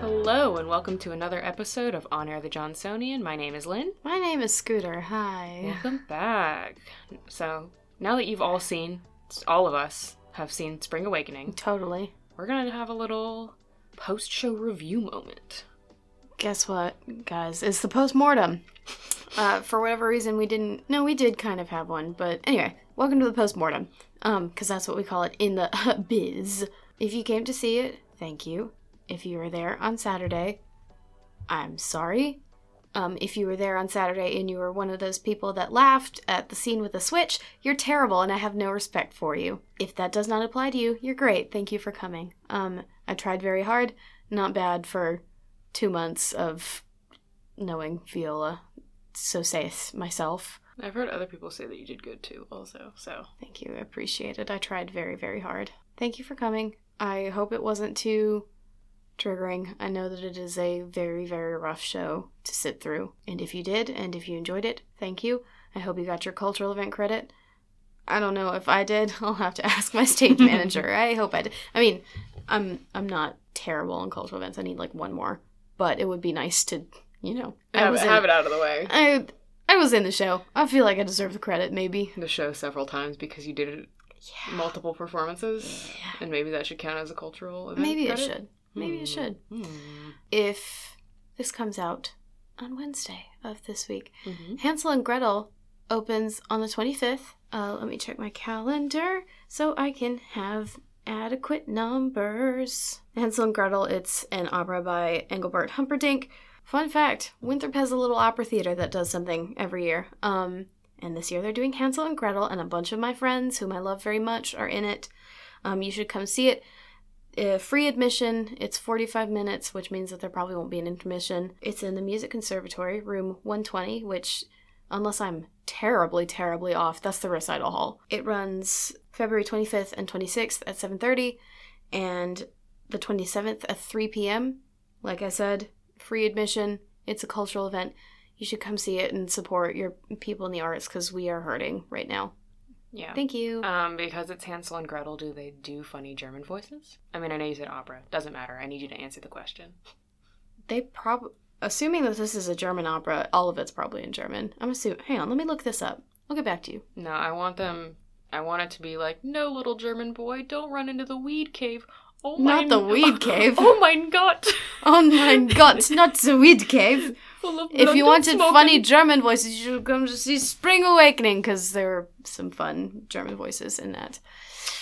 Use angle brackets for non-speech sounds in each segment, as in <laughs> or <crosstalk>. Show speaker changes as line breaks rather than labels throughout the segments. Hello, and welcome to another episode of On Air the Johnsonian. My name is Lynn.
My name is Scooter. Hi.
Welcome back. So, now that you've all seen, all of us have seen Spring Awakening,
Totally.
we're going to have a little post show review moment.
Guess what, guys? It's the postmortem. Uh, for whatever reason, we didn't. No, we did kind of have one, but anyway, welcome to the postmortem. Um, because that's what we call it in the <laughs> biz. If you came to see it, thank you. If you were there on Saturday, I'm sorry. Um, if you were there on Saturday and you were one of those people that laughed at the scene with the switch, you're terrible and I have no respect for you. If that does not apply to you, you're great. Thank you for coming. Um, I tried very hard. Not bad for two months of knowing Viola. So saith myself.
I've heard other people say that you did good too, also. So,
Thank you. I appreciate it. I tried very, very hard. Thank you for coming. I hope it wasn't too triggering. I know that it is a very, very rough show to sit through. And if you did, and if you enjoyed it, thank you. I hope you got your cultural event credit. I don't know if I did. <laughs> I'll have to ask my stage
<laughs>
manager. I hope I did. I mean, I'm I'm not terrible in cultural events. I need like one more, but it would be nice to, you know, I
have,
was
it,
in,
have it out of the way.
I I was in the show. I feel like I deserve the credit. Maybe.
The show several times because you did it
Yeah.
multiple performances,
Yeah.
and maybe that should count as a cultural event.
Maybe it
credit?
should. Maybe it
Hmm.
should.
Hmm.
If this comes out on Wednesday of this week,
Mhm.
Hansel and Gretel opens on the 25th. Uh, let me check my calendar so I can have adequate numbers. Hansel and Gretel, it's an opera by Engelbert Humperdinck. Fun fact Winthrop has a little opera theater that does something every year. Um, and this year they're doing Hansel and Gretel, and a bunch of my friends, whom I love very much, are in it. Um, you should come see it. Uh, free admission. It's 45 minutes, which means that there probably won't be an intermission. It's in the Music Conservatory, room 120, which, unless I'm terribly, terribly off, that's the recital hall. It runs February 25th and 26th at 7:30, and the 27th at 3 p.m. Like I said, free admission. It's a cultural event. You should come see it and support your people in the arts because we are hurting right now.
Yeah.
Thank you.
Um, because it's Hansel and Gretel, do they do funny German voices? I mean, I know you said opera. Doesn't matter. I need you to answer the question.
They probably, assuming that this is a German opera, all of it's probably in German. I'm assuming. Hang on, let me look this up. I'll get back to you.
No, I want them. I want it to be like, no, little German boy, don't run into the weed cave. Oh
Not
mein-
the weed cave.
<laughs> Oh mein
<laughs>
Gott! <laughs>
Oh my god, it's not the weed cave.
Full of
If you
London
wanted
smoke
funny
and-
German voices, you should come to see Spring Awakening because there were some fun German voices in that.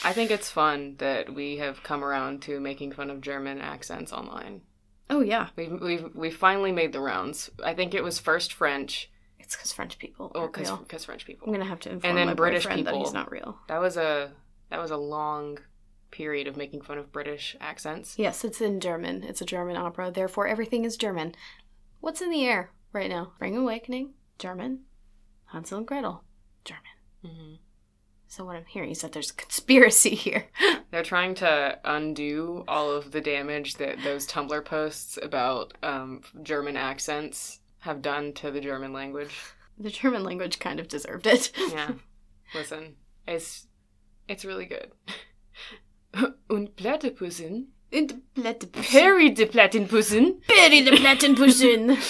I think it's fun that we have come around to making fun of German accents online.
Oh yeah,
We've we've we finally made the rounds. I think it was first French,
it's because French people.
oh,
aren't
because
real.
French people.
I'm gonna have to inform
then
my
British
boyfriend that he's
people.
not real.
That was a that was a long period of making fun of British accents.
Yes, it's in German. It's a German opera, therefore everything is German. What's in the air right now? Spring Awakening, German. Hansel and Gretel, German.
hmm
So what I'm hearing is that there's a conspiracy here.
They're trying to undo all of the damage that those Tumblr posts about um, German accents have done to the German language.
the German language kind of deserved it. <laughs>
Yeah, <laughs> listen, it's it's really good. <laughs> Und Platypussen.
And Platypus.
Perry de Platypussen.
Bury the platypus in.
<laughs>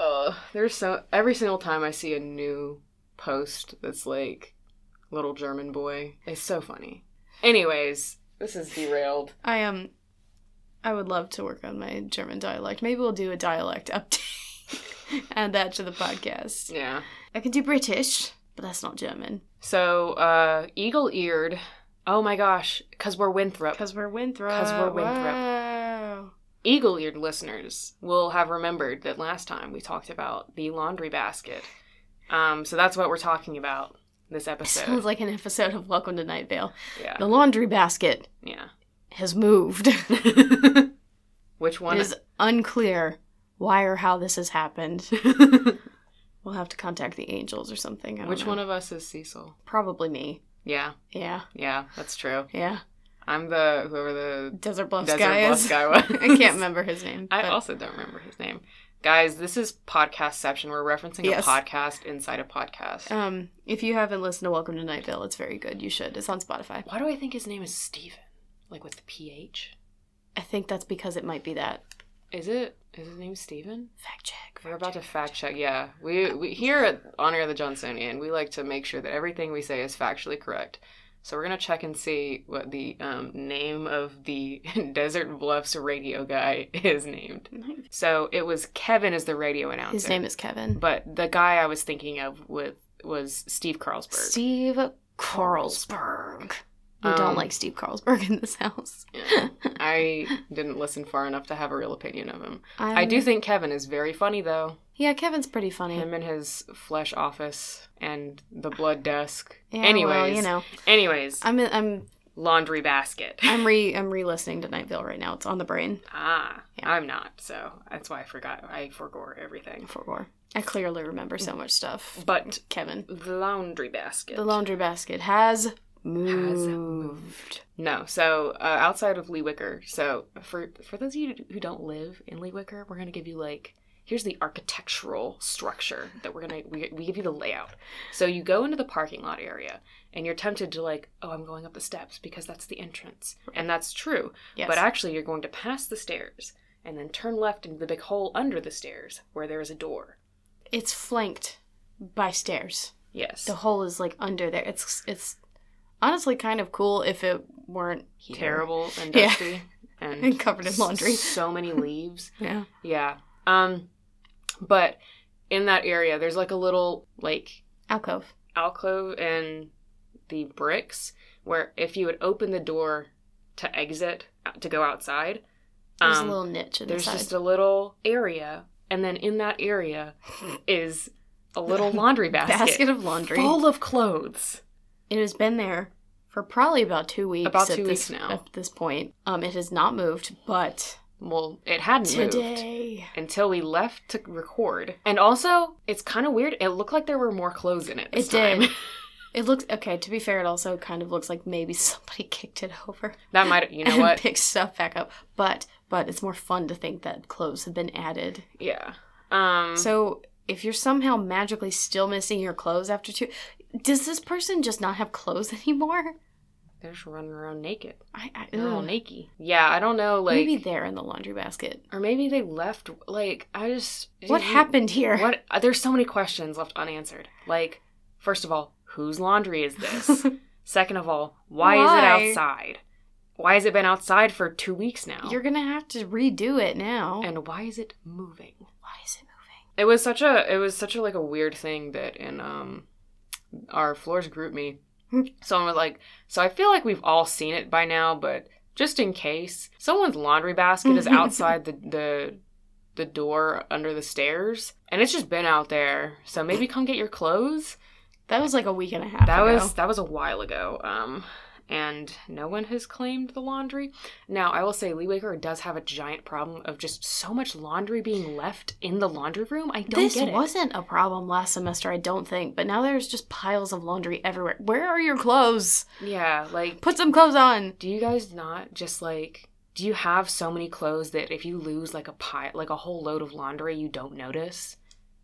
Uh, there's so every single time I see a new post that's like little German boy. It's so funny. Anyways, this is derailed.
I um, I would love to work on my German dialect. Maybe we'll do a dialect update. <laughs> Add that to the podcast.
Yeah.
I can do British, but that's not German.
So, uh, eagle eared. Oh my gosh, because we're Winthrop.
Cause we're Winthrop.
'Cause we're Winthrop.
Wow.
Eagle eared listeners will have remembered that last time we talked about the laundry basket. Um, so that's what we're talking about this
<laughs>
episode.
Sounds like an episode of Welcome to Night Vale.
yeah.
The laundry basket
Yeah.
has <laughs> moved. it
Which one?
is unclear why or how this has <laughs> happened. We'll have to contact the angels or something. I don't
which
know.
one of us is Cecil?
Probably me.
Yeah.
Yeah,
Yeah, that's true.
yeah.
I'm the whoever the
Desert Bluffs
desert
guy
bluff
is.
guy was.
<laughs> I can't remember his <laughs> name.
I
but-
also don't remember his name. Guys, this is podcastception. We're referencing
Yes.
a podcast inside a podcast.
um, if you haven't listened to Welcome to Night Vale, it's very good. You should. It's on Spotify.
Why do I think his name is Steven? Like with the PH?
I think that's because it might be that.
Is it? Is his name Steven?
Fact check.
We're about to fact check. Yeah, we we here at Honor of the Johnsonian, we like to make sure that everything we say is factually correct. So we're gonna check and see what the um, name of the <laughs> Desert Bluffs radio guy <laughs> is named. So it was Kevin is the radio announcer.
His name is Kevin.
But the guy I was thinking of with was Steve Carlsberg.
Steve Carlsberg. We
Um,
don't like Steve Carlsberg in this house.
Yeah. <laughs> I didn't listen far enough to have a real opinion of him. <laughs>
I'm-
I do think Kevin is very funny though.
Um, Yeah, Kevin's pretty funny.
Him and his flesh office and the blood desk.
Yeah,
anyways,
well, you know,
anyways,
I'm I'm
laundry basket.
I'm re I'm re-listening to Nightville right now. It's on the brain.
<laughs> ah,
Yeah.
I'm not. So that's why I forgot. I forgot everything.
For war. I clearly remember so much stuff.
But
Kevin,
the laundry basket.
the laundry basket has moved.
moved. No, so uh, outside of Lee Wicker. So for for those of you who don't live in Lee Wicker, we're gonna give you like here's the architectural structure that we're gonna we, we give you the layout. So you go into the parking lot area, and you're tempted to like, oh, I'm going up the steps because that's the entrance, and that's true.
Yes.
But actually, you're going to pass the stairs and then turn left into the big hole under the stairs where there is a door.
it's flanked by stairs.
Yes.
The hole is like under there. It's it's honestly kind of cool if it weren't here.
Terrible and
Yeah.
dusty
<laughs>
and,
And covered in laundry.
So many leaves.
Yeah.
Yeah. Um but in that area there's like a little like
Alcove.
alcove and the bricks where if you would open the door to exit uh, to go outside
There's
um,
a little niche in the
there's
side.
just a little area and then in that area is a little
<laughs>
laundry basket,
basket of laundry.
full of clothes.
It has been there for probably about two weeks.
About
at
two
this,
weeks now.
At this point, um, it has not moved, but
Well, it hadn't moved
today
until we left to record. And also, it's kind of weird. It looked like there were more clothes in it. This
it
time. <laughs>
did. It looks okay. To be fair, it also kind of looks like maybe <laughs> somebody kicked it over.
That might, you know
<laughs> and
what?
Picked stuff back up, but but it's more fun to think that clothes have been added.
Yeah.
Mm-hmm.
Um.
So if you're somehow magically still missing your clothes after two, does this person just not have clothes <laughs> anymore?
they're just running around naked.
I, I
They're all
ugh.
naked. Yeah, I don't know. Like,
maybe they're in the laundry basket.
or maybe they left. Like, I just
What
didn't-
happened here?
What? uh, There's so many questions left unanswered. Like, first of all, whose laundry is
<laughs>
this? Second of all, why,
Why?
is it outside? Why has it been outside for two weeks now?
You're gonna have to redo it now.
and why is it moving?
Why is it moving?
It was such a it was such a like a weird thing that in um our floors group me <laughs> someone was like so I feel like we've all seen it by now but just in case someone's laundry basket is outside
<laughs>
the the the door under the stairs and it's just been out there so maybe come get your clothes
That was like a week and a half.
that
ago.
was that was a while ago um and no one has claimed the laundry now i will say lee waker does have a giant problem of just so much laundry being left in the laundry room i don't
this
get it
wasn't a problem last semester, I don't think, but now there's just piles of laundry everywhere. Where are your clothes?
Yeah, like,
Put some clothes on.
do you guys not just like, do you have so many clothes that if you lose like a pile, like a whole load of laundry, you don't notice?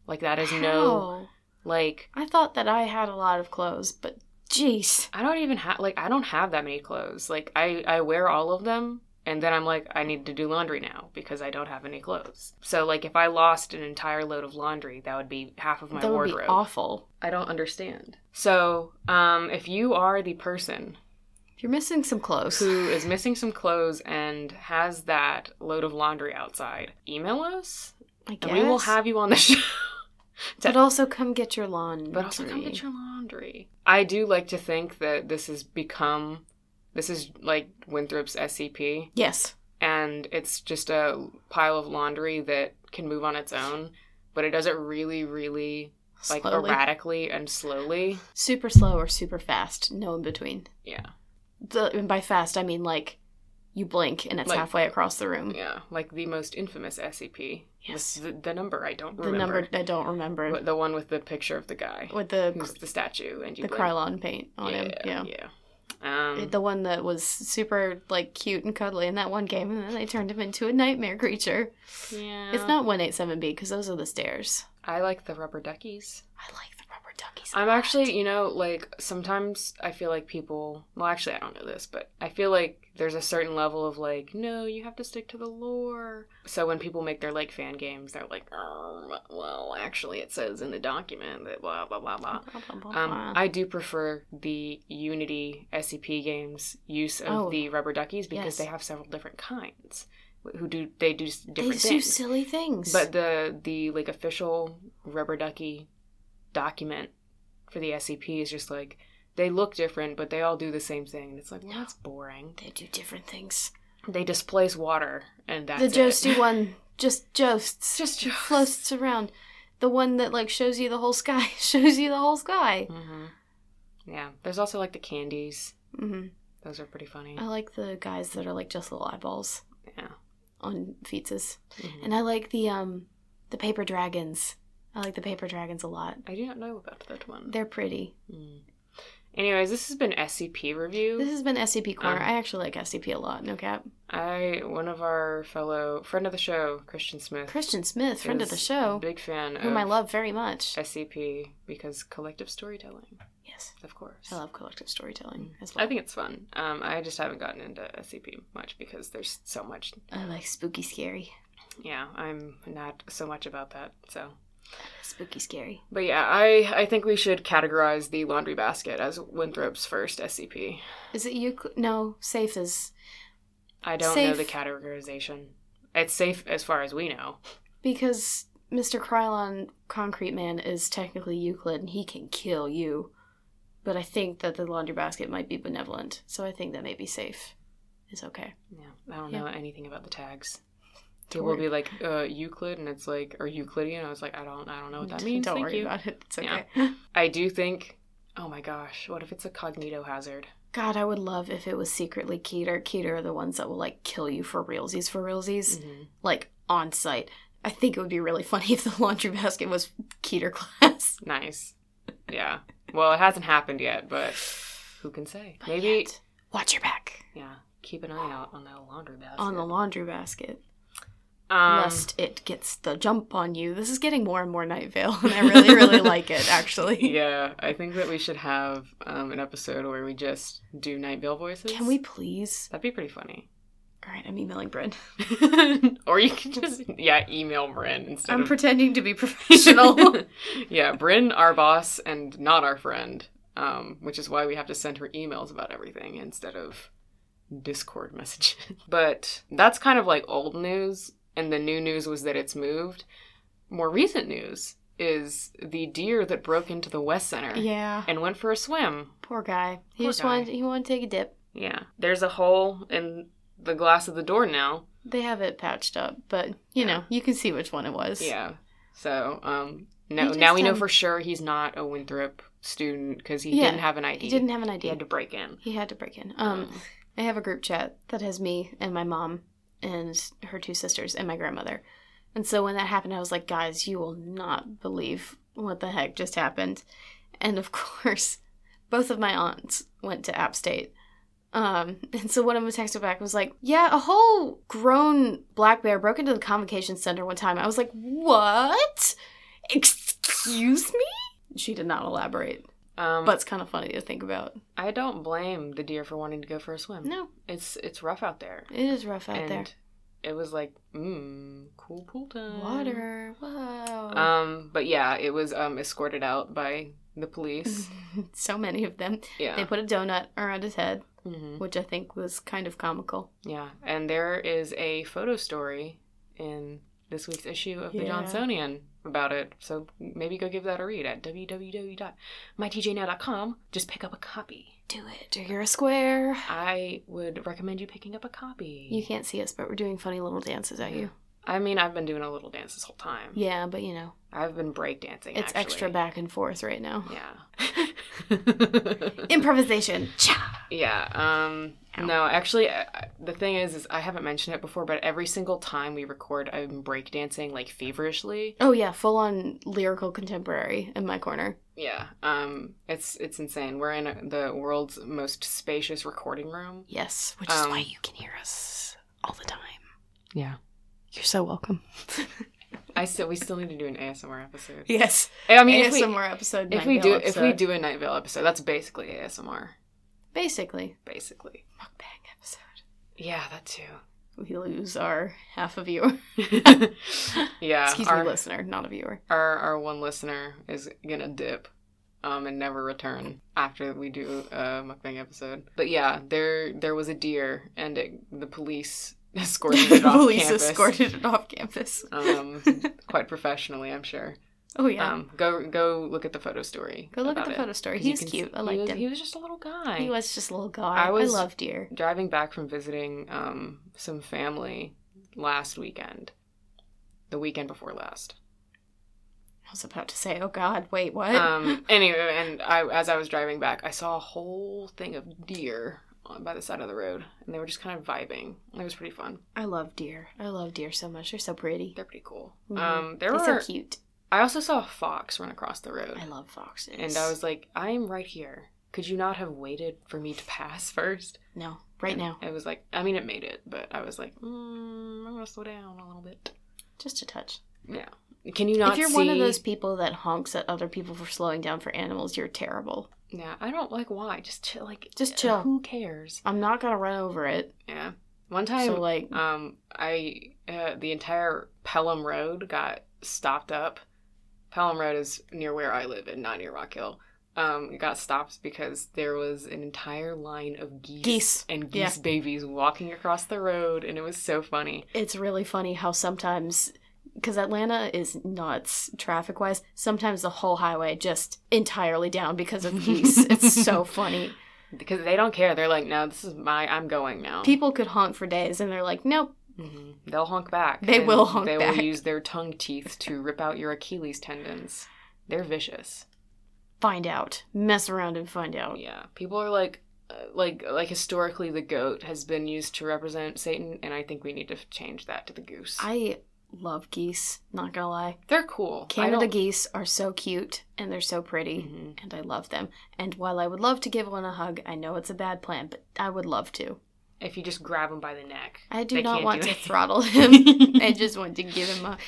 Like, that is no,
How?
like,
I thought that I had a lot of clothes, but jeez.
I don't even have, like, I don't have that many clothes. Like, I, I wear all of them and then I'm like, I need to do laundry now because I don't have any clothes. So, like, if I lost an entire load of laundry, that would be half of my
that would
wardrobe.
be awful.
I don't understand. So, um, if you are the person
If you're missing some clothes,
who is missing some clothes and has that load of laundry outside, email us
I guess.
and we will have you on the <laughs> show.
But also come get your lawn.
But also come get your laundry. I do like to think that this has become, this is like Winthrop's SCP,
Yes.
and it's just a pile of laundry that can move on its own, but it does it really, really like
Slowly.
erratically and slowly.
Super slow or super fast. No in between.
Yeah.
The, and by fast, I mean like you blink and it's
Like-
halfway across the room.
Yeah. Like the most infamous SCP.
Mm-hmm. Yes.
The, the number I don't
the
remember.
number I don't remember
But the one with the picture of the guy.
with the
who's the statue and you
the
like-
Krylon paint on him. Yeah.
yeah um
The one that was super like cute and cuddly in that one game, and then they turned him into a nightmare creature.
yeah
It's not one eight seven B because those are the stairs.
i like the rubber duckies
I like the rubber were donkeys.
I'm actually, you know, like sometimes I feel like people, well, actually, I don't know this, but I feel like there's a certain level of like, no, you have to stick to the lore. So when people make their like fan games, they're like, oh, well, actually, it says in the document that blah, blah, blah, blah. Um, I do prefer the Unity SCP games use of
Oh.
the rubber duckies because
Yes.
they have several different kinds who do they do s-
they
different
do
things.
silly things.
But the the like official rubber ducky document for the SCP is just like they look different, but they all do the same thing. And it's like, well,
No.
that's boring.
they do different things.
They displace water, and that's <laughs>
the Joesty
it.
one just joasts,
just just
floats around. The one that like shows you the whole sky, <laughs> shows you the whole sky.
hmm Yeah, there's also like the candies.
hmm
Those are pretty funny.
I like the guys that are like just little eyeballs
Yeah.
on pizzas,
Mhm.
and I like the um the paper dragons. I like the paper dragons a lot.
I do not know about that one.
They're pretty.
Mm. Anyways, this has been SCP review.
This has been SCP Corner.
Um,
I actually like SCP a lot. No cap.
I one of our fellow friend of the show, Christian Smith,
Christian Smith, friend of
is
the
a
show,
big fan,
whom
of
I love very much.
SCP because collective storytelling,
Yes,
of course. Hmm.
I love collective storytelling as well.
I think it's fun. Um, I just haven't gotten into SCP much because there's so much.
I like spooky, scary,
Yeah, I'm not so much about that. So,
spooky, scary.
but yeah, I I think we should categorize the laundry basket as Winthrop's first SCP.
Is it you? No, safe is
I don't know
Safe.
the categorization. It's safe as far as we know.
because Mr. Krylon Concrete Man is technically Euclid, and he can kill you. But I think that the laundry basket might be benevolent, so I think that may be safe. Is okay.
Yeah, I don't
Yeah.
know anything about the tags. People will be like uh, Euclid, and it's like or Euclidean. I was like, I don't, I don't know what that means.
Don't
Thank
worry
you.
about it. It's
Yeah.
okay. <laughs>
I do think. Oh my gosh, what if it's a cognito hazard?
God, I would love if it was secretly Keter. Keter are the ones that will like kill you for realsies for realsies,
Mm.
like on site. I think it would be really funny <laughs> if the laundry basket was Keter class.
Nice. Yeah. Well, it hasn't happened yet, but who can say?
But
Maybe.
yet, watch your back
Yeah. Keep an eye out on that laundry basket.
on the laundry basket,
um, <laughs>
lest it gets the jump on you. This is getting more and more Night Vale, and
<laughs>
I really, really like it. Actually,
Yeah, I think that we should have um, an episode where we just do Night Vale voices.
can we please?
That'd be pretty funny.
All right, I'm emailing
<laughs>
Bryn.
or you can just yeah email Bryn instead
I'm
of
pretending to be
<laughs>
<laughs> professional. <laughs>
yeah, Bryn, our boss, and not our friend, um, which is why we have to send her emails about everything instead of Discord messages. <laughs> but that's kind of like old news, and the new news was that it's moved. More recent news is the deer that broke into the West Center
yeah,
and went for a swim.
poor guy. He
Poor
just wanted
guy.
he wanted to take a dip.
Yeah, there's a hole in the glass of the door now.
They have it patched up, but you know, you can see which one it was.
Yeah. So um, now,
He
now
just,
we know
um,
for sure he's not a Winthrop student because he
Yeah,
didn't have an E. ID.
He didn't have an
he
idea.
had to break in. Mm.
He had to break in. Um, I have a group chat that has me and my mom and her two sisters and my grandmother. And so when that happened, I was like, guys, you will not believe what the heck just happened. And of <laughs> course, both of my aunts went to App State. Um, <laughs> and so one of them texted back and was like, yeah, a whole grown black bear broke into the convocation center one time. I was like, what? Excuse me? She did not elaborate,
Um,
but it's kind of funny to think about.
I don't blame the deer for wanting to go for a swim.
No,
It's it's rough out there.
it is rough out
and
there.
it was like, mmm, cool pool time.
Water. Whoa. <laughs>
Um, but yeah, it was um escorted out by the police.
so many of them.
Yeah.
Mm-hmm. They put a donut around his head,
hmm
which I think was kind of comical.
Yeah. And there is a photo story in this week's issue of the
Yeah.
Johnsonian about it. So maybe go give that a read at www.mytjnow.com. Just pick up a copy.
Do it. Or you're a square.
I would recommend you picking up a copy.
You can't see us, but we're doing funny little dances at you.
I mean, I've been doing a little dance this whole time.
Yeah, but you know,
I've been breakdancing.
it's
actually.
extra back and forth right now. <laughs>
Yeah.
Improvisation. Cha!
yeah. Um.
Ow.
No, actually, I, I- the thing is, is I haven't mentioned it before, but every single time we record, I'm breakdancing like feverishly.
Oh, yeah, full on lyrical contemporary in my corner.
Yeah. Um. It's it's insane. We're in the world's most spacious recording room.
Yes, which
Um,
you can hear us all the time.
Yeah.
You're so welcome.
I still we still need to do an ASMR episode.
Yes.
I
I mean,
mean,
ASMR
if we,
episode.
if
Night
we
Vale
do if
episode.
we do a night veil episode, that's basically ASMR,
basically
basically.
mukbang episode,
Yeah, that too.
we lose our half a viewer.
<laughs> yeah,
<laughs> Excuse
our,
me, listener, not a viewer.
our our one listener is gonna dip, um, and never return after we do a mukbang episode. But yeah, there there was a deer, and it, the police <laughs> <laughs> escorted
<laughs>
it off
Police
campus.
escorted it off campus.
<laughs>
<laughs>
um, quite professionally, I'm sure.
Oh yeah.
Um, go go look at the photo story.
Go look at
about
the
it.
photo story.
'Cause
He
you
was
can-
cute. I
he
liked
was-
him.
He was just a little guy.
He was just a little guy.
I
I,
was-
love deer.
driving back from visiting um, some family last weekend, the weekend before last.
I was about to say, oh god, wait,
<laughs>
what?
Um, anyway, and I, as I was driving back, I saw a whole thing of deer on- by the side of the road, and they were just kind of vibing. It was pretty fun.
<laughs> I love deer. I love deer so much. They're so pretty.
They're pretty cool.
Mhm.
Um, there
They're
were.
so cute.
I also saw a fox run across the road,
I love foxes.
and I was like, "I am right here. Could you not have waited for me to pass <laughs> first?
no right
And
now,
It was like, I mean, it made it, but I was like, mm, I'm gonna slow down a little bit.
just a touch.
Can you not?
if you're
see...
one of those people that honks at other people for slowing down for animals, you're terrible.
yeah, I don't like why. Just chill, like,
Just chill.
Who cares?
I'm not gonna run over it.
Yeah. One time,
so like,
um, I uh, the entire Pelham Road got stopped up. Pelham Road is near where I live and not near Rock Hill. Um, it got stopped because there was an entire line of geese,
Geese.
and geese babies walking across the road, and it was so funny.
it's really funny how sometimes. Because Atlanta is nuts traffic wise. Sometimes the whole highway just entirely down because of geese. it's so funny.
because they don't care. They're like, no, this is my, I'm going now.
People could honk for days and they're like, nope,
hmm They'll honk back.
They
and
will honk
They
back.
will use their tongue teeth to rip out your Achilles tendons. They're vicious.
find out. Mess around and find out.
Oh, Yeah, people are like, uh, like, like historically, the goat has been used to represent Satan, and I think we need to f- change that to the goose.
I love geese, not gonna lie.
They're cool.
Canada geese are so cute and they're so pretty
hmm
and I love them. And while I would love to give one a hug, I know it's a bad plan, but I would love to.
If you just grab them by the neck,
I do
They
not
can't
want
do
to
it. <laughs>
throttle him. I just want to give him a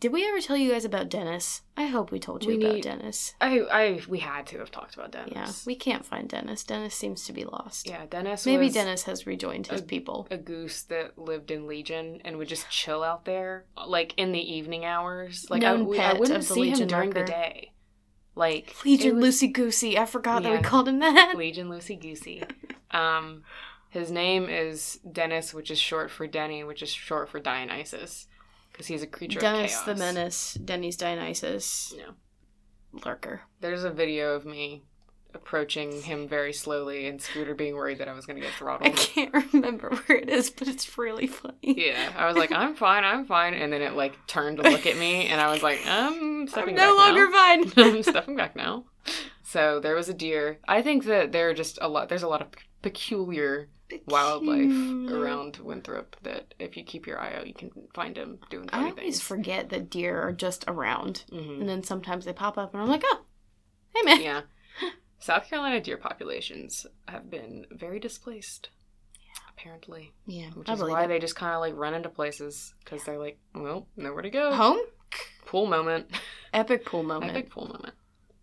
Did we ever tell you guys about Dennis? I hope we told you
We
about
need-
Dennis.
I, I, we had to have talked about Dennis.
Yeah, we can't find Dennis. Dennis seems to be lost.
yeah, Dennis.
Maybe
was
Dennis has rejoined his
a-
people.
A goose that lived in Legion and would just chill out there, like in the evening hours. Like I,
Known
we- I
pet
wouldn't
of the
see
Legion
him during
marker.
the day. Like it
Legion
was-
Lucy Goosey. I forgot that
Yeah.
we called him that.
Legion Loosey
<laughs>
Goosey. Um, his name is Dennis, which is short for Denny, which is short for Dionysus, because he's a creature
Dennis
of chaos.
the Menace, Denny's Dionysus,
No.
lurker.
There's a video of me approaching him very slowly, and Scooter being worried that I was going to get
I
throttled.
can't remember <laughs> where it is, but it's really funny.
Yeah, I was like, I'm fine, I'm fine, and then it like turned to look at me, and I was like, I'm stepping
I'm
back
no longer <laughs>
now.
fine.
<laughs> I'm stepping back now. So there was a deer. I think that there are just a lot. There's a lot of peculiar <laughs> wildlife
Peculiar.
around Winthrop that if you keep your eye out, you can find them doing
<laughs> I
funny
always
things.
forget that deer are just around,
Mhm.
and then sometimes they pop up, and I'm like, oh, hey man. <laughs>
Yeah. South Carolina deer populations have been very displaced, apparently,
Yeah,
which
I
is
believe
why
it.
they just kind of like run into places because they're like, well, nowhere to go.
Home?
Pool moment.
Epic pool moment.
Epic pool moment.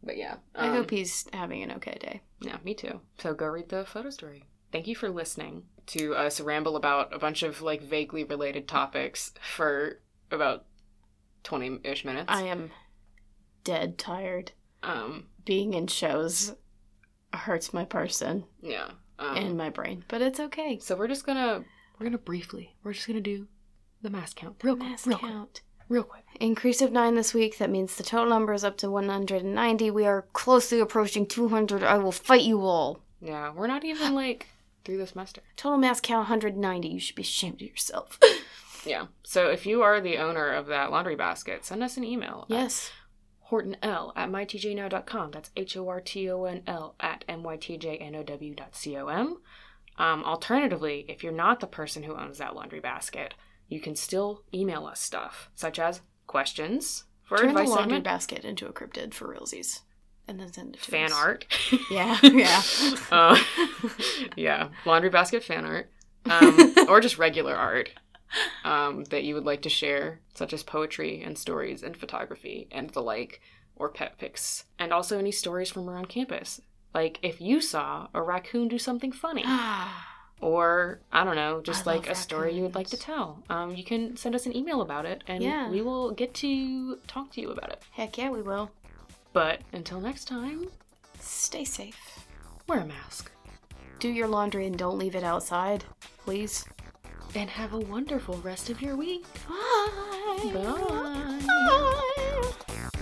But yeah.
I
um,
hope he's having an okay day.
Yeah, me too. So go read the photo story. Thank you for listening to us ramble about a bunch of like vaguely related topics for about 20 ish minutes.
I am dead tired.
Um,
Being in shows hurts my person
yeah. Um,
and my brain, but it's okay.
so we're just gonna, we're gonna briefly, we're just gonna do the mass count real quick,
Mass
real
count.
quick, real quick.
Increase of nine this week. That means the total number is up to 190. We are closely approaching 200. I will fight you all.
Yeah, we're not even like through the semester.
Total mass count 190. You should be ashamed
<laughs>
of yourself.
Yeah. So if you are the owner of that laundry basket, send us an email. at
yes.
Horton L at mytjnow.com. That's H O R T O N L at mytjnow.com. Um, alternatively, if you're not the person who owns that laundry basket, you can still email us stuff, such as questions for
Turn the
advice
laundry
on
basket into a cryptid for realsies. And then send it to
fan
us.
art.
<laughs> Yeah, yeah. Oh.
Uh, yeah, laundry basket fan art. Um, or just regular art. um, that you would like to share, such as poetry and stories and photography and the like, or pet pics, and also any stories from around campus. Like if you saw a raccoon do something
<gasps>
funny, or I don't know, just
I
like a
love
story you would like to
raccoons.
tell, um, you can send us an email about it, and
Yeah.
we will get to talk to you about it.
<sighs> Heck yeah, we will.
But until next time,
Stay safe.
wear a mask
Do your laundry and don't leave it outside, please.
and have a wonderful rest of your week.
Bye.
Bye.
Bye.